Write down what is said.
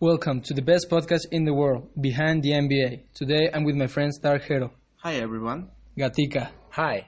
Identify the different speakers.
Speaker 1: Welcome to the best podcast in the world, Behind the NBA. Today I'm with my friend Star Hero,
Speaker 2: Hi everyone.
Speaker 1: Gatica,
Speaker 3: Hi,